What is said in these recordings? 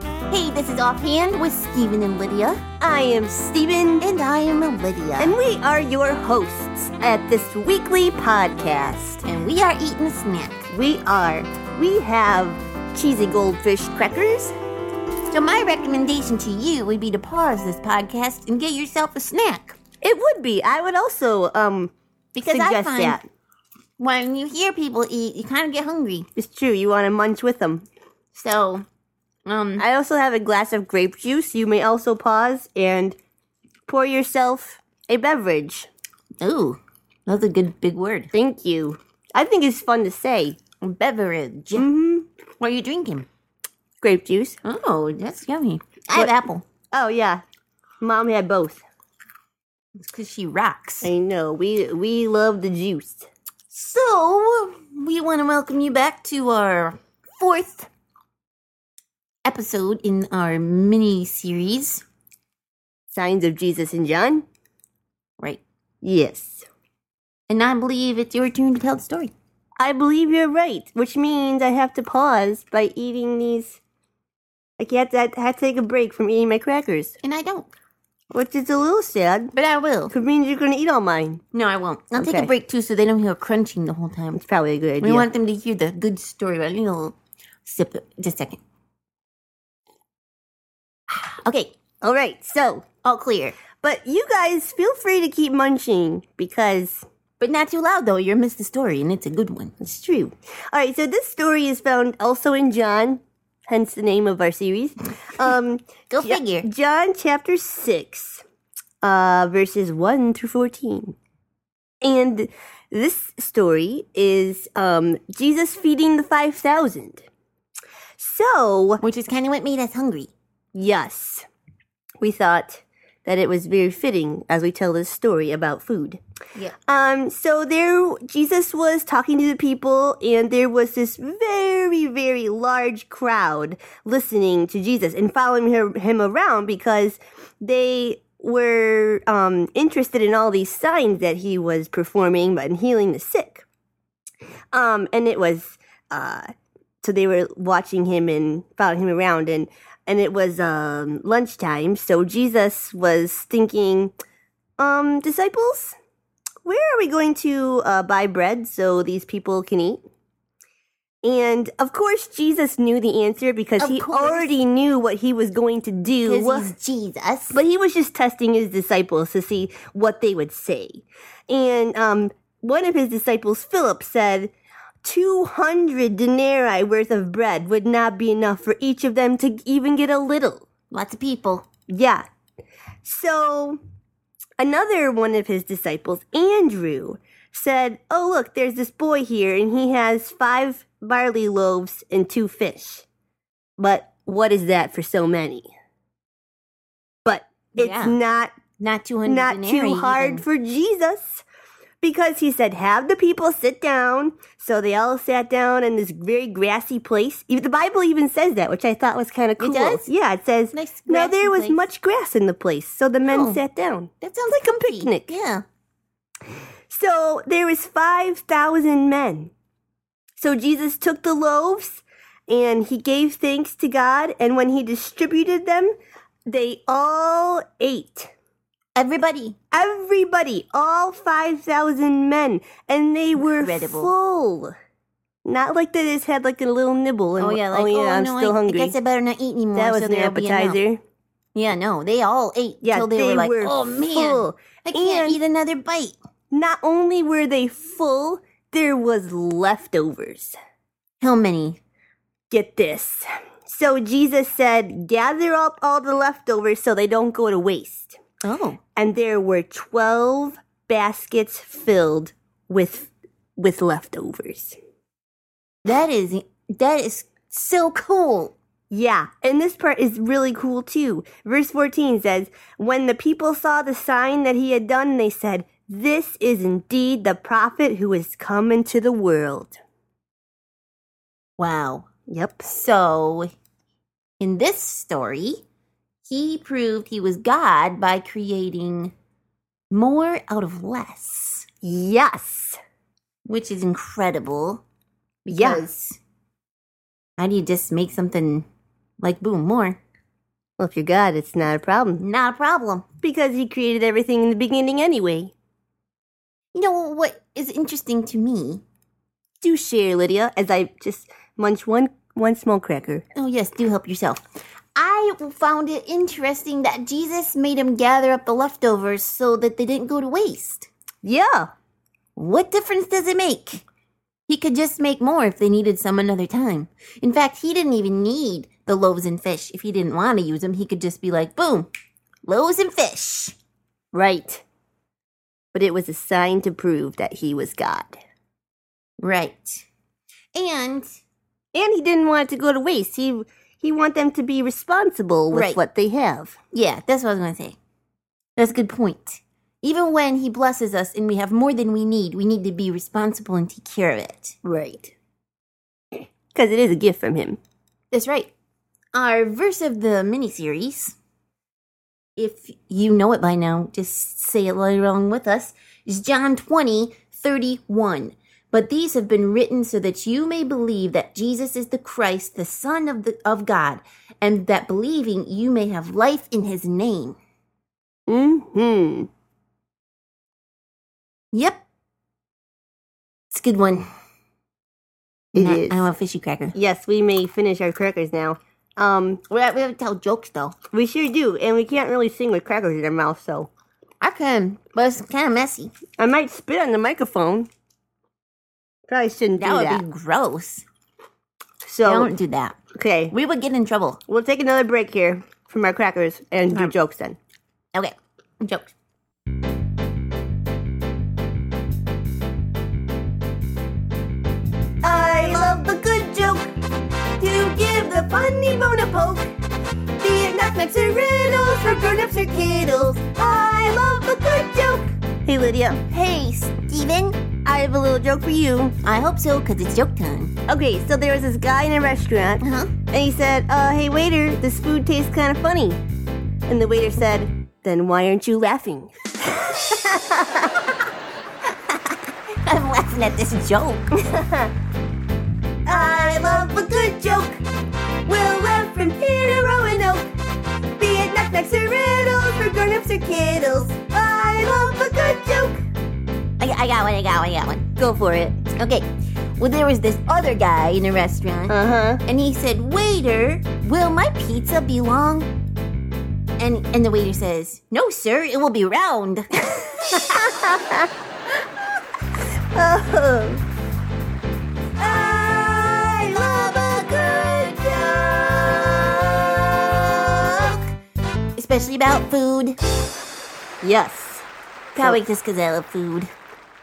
This is Offhand with Stephen and Lydia. I am Stephen, And I am Lydia. and we are your hosts at this weekly podcast. and we are eating a snack. We are. We have cheesy goldfish crackers. So, my recommendation to you would be to pause this podcast and get yourself a snack. It would be. I would also um Because I suggest find that. when you hear people eat, you kind of get hungry. It's true. You want to munch with them. So, um, I also have a glass of grape juice. You may also pause and pour yourself a beverage. ooh, that's a good big word. Thank you. I think it's fun to say. Mm-hmm. Beverage. What are you drinking? Grape juice. Oh, that's yummy. I have What- apple. Oh yeah. Mom had both. It's because she rocks. I know. We we love the juice. So, we want to welcome you back to our fourth episode in our mini series. Signs of Jesus and John? Right. Yes. And I believe it's your turn to tell the story. I believe you're right, which means I have to pause by eating these like you have to, I have to take a break from eating my crackers. And I don't. Which is a little sad. But I will. It means you're gonna eat all mine. No, I won't. I'll take a Okay. break too so they don't hear crunching the whole time. It's probably a good idea. We want them to hear the good story, but you know, sip it. Just a second. Okay, all right, so all clear. but you guys feel free to keep munching because But not too loud though, you'll miss the story and it's a good one. It's true. All right, so this story is found also in John, hence the name of our series. Um, Go Jo- figure. John chapter 6, uh, verses 1 through 14. And this story is um, Jesus feeding the 5,000. So, Which is kind of what made us hungry. yes, we thought that it was very fitting as we tell this story about food. Yeah. Um, so there, Jesus was talking to the people, and there was this very, very large crowd listening to Jesus and following her, him around because they were um, interested in all these signs that he was performing and healing the sick. Um, and it was, uh, so they were watching him and following him around, and and it was um, lunchtime. So Jesus was thinking, um, disciples where are we going to uh, buy bread so these people can eat? And of course, Jesus knew the answer because Of he course. already knew what he was going to do. Because he's Jesus. But he was just testing his disciples to see what they would say. And um, one of his disciples, Philip, said, 200 denarii worth of bread would not be enough for each of them to even get a little. Lots of people. Yeah. So another one of his disciples, Andrew, said, Oh, look, there's this boy here, and he has five barley loaves and two fish. But what is that for so many? But it's Yeah. not Not 200 not denarii too hard even. for Jesus because he said, Have the people sit down. So they all sat down in this very grassy place. Even- The Bible even says that, which I thought was kind of cool. does? Yeah, it says, Nice No, grassy there was place." much grass in the place. So the men Oh. sat down. That sounds like a picnic. Yeah. So there was 5,000 men. So Jesus took the loaves and he gave thanks to God. And when he distributed them, they all ate. Everybody. everybody, all 5,000 men, and they were Incredible. full. Not like they just had like a little nibble and Oh yeah, like oh, I'm no, still I, hungry. I guess I better not eat anymore. that was so an there'll be enough. appetizer. Yeah, no, they all ate Yeah, till they, were like, "Oh man, full. I can't And- eat another bite." Not only were they full, there was leftovers. How many? Get this. So Jesus said, "Gather up all the leftovers so they don't go to waste." Oh, And there were 12 baskets filled with with leftovers. that is that is so cool. Yeah, and this part is really cool too. Verse 14 says, When the people saw the sign that he had done, they said, This is indeed the prophet who is come into the world. Wow. Yep. So, in this story, he proved he was God by creating more out of less, Yes. which is incredible. Yeah. Because how do you just make something like boom more? Well, if you're God, it's not a problem Not a problem. because He created everything in the beginning anyway. You know what is interesting to me? Do share, Lydia, as I just munch one one small cracker. Oh, yes, do help yourself. I found it interesting that Jesus made him gather up the leftovers so that they didn't go to waste. Yeah, What difference does it make? He could just make more if they needed some another time. In fact, he didn't even need the loaves and fish. If he didn't want to use them, he could just be like, boom, loaves and fish. right. But it was a sign to prove that He was God, Right. And and He didn't want it to go to waste. He He want them to be responsible with Right. what they have. Yeah, that's what I was going to say. That's a good point. Even when he blesses us and we have more than we need, we need to be responsible and take care of it. Right. Because it is a gift from Him. That's right. Our verse of the miniseries, if you know it by now, just say it along with us, is John 20, 31. But these have been written so that you may believe that Jesus is the Christ, the Son of, the, of God, and that believing you may have life in his name. Hmm. Yep. It's a good one. It I- is. I want a fishy cracker. Yes, we may finish our crackers now. Um, We have, we have to tell jokes though. we sure do, and we can't really sing with crackers in our mouth, so I can, but it's kind of messy. I might spit on the microphone. Probably shouldn't That do would that. be gross. so Don't do that. okay, We would get in trouble. we'll take another break here from our crackers and do jokes then. Okay, jokes. I love the good joke. You give the funny bone a poke. Be it knock-knocks or riddles for grown-ups or kiddles. I love the good joke. Hey Lydia, Hey, Steven. I have a little joke for you. I hope so, because it's joke time. Okay, so there was this guy in a restaurant, Uh huh. and he said, uh, hey waiter, this food tastes kind of funny. And the waiter said, then why aren't you laughing? I'm laughing at this joke. I love a good joke. We'll laugh from here to Roanoke. Be it knock-knocks or riddles, for grown-ups or kiddles. I love a good joke. I, I got one, I got one, I got one. Go for it. Okay. Well, there was this other guy in a restaurant, Uh-huh. and he said, Waiter, will my pizza be long? And, and the waiter says, No, sir, it will be round. Oh. I love a good joke. Especially about food. Yes. Probably just 'cause I love food.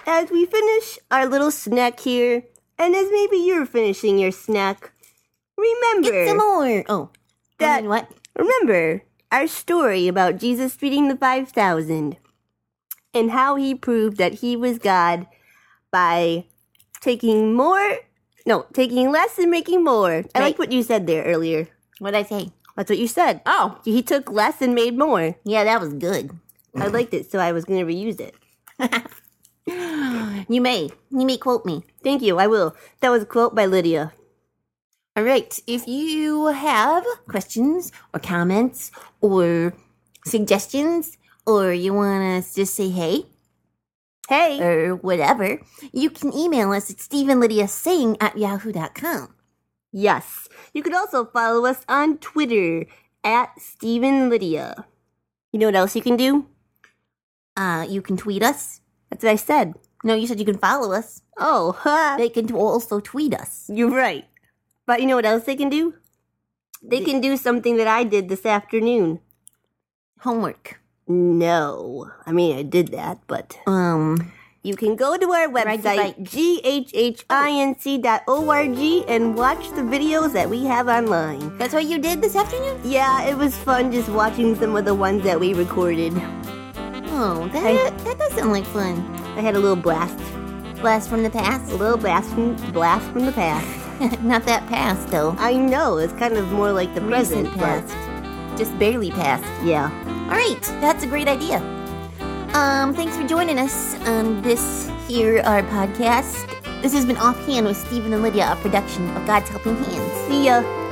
As we finish our little snack here, and as maybe you're finishing your snack, remember Get some more. Oh, That- that what? Remember our story about Jesus feeding the 5,000 and how he proved that he was God by taking more, no, taking less and making more. I like Right. what you said there earlier. What'd I say? That's what you said. Oh, He took less and made more. yeah, that was good. I liked it, so I was going to reuse it. You may, you may quote me. Thank you, I will. That was a quote by Lydia. All right. If you have questions or comments or suggestions, or you want to just say hey Hey! or whatever, you can email us at StephenLydiaSing at yahoo.com. Yes. You could also follow us on Twitter at Stephen Lydia. You know what else you can do? Uh, you can tweet us. That's what I said. No, you said you can follow us. Oh, huh. They can also tweet us. You're right. But you know what else they can do? They can do something that I did this afternoon. Homework. No. I mean, I did that, but Um, you can go to our Right, website, right. ghhinc dot org and watch the videos that we have online. that's what you did this afternoon? Yeah, it was fun just watching some of the ones that we recorded. Oh, that, I- that does sound like fun. I had a little blast. Blast from the A past. little blast from, blast from the past. Not that past, though. I know, it's kind of more like the Recent present, past. Just barely past. but yeah. All right, that's a great idea. Um, thanks for joining us on this here our podcast. This has been Offhand with Stephen and Lydia, a production of God's Helping Hands. See ya.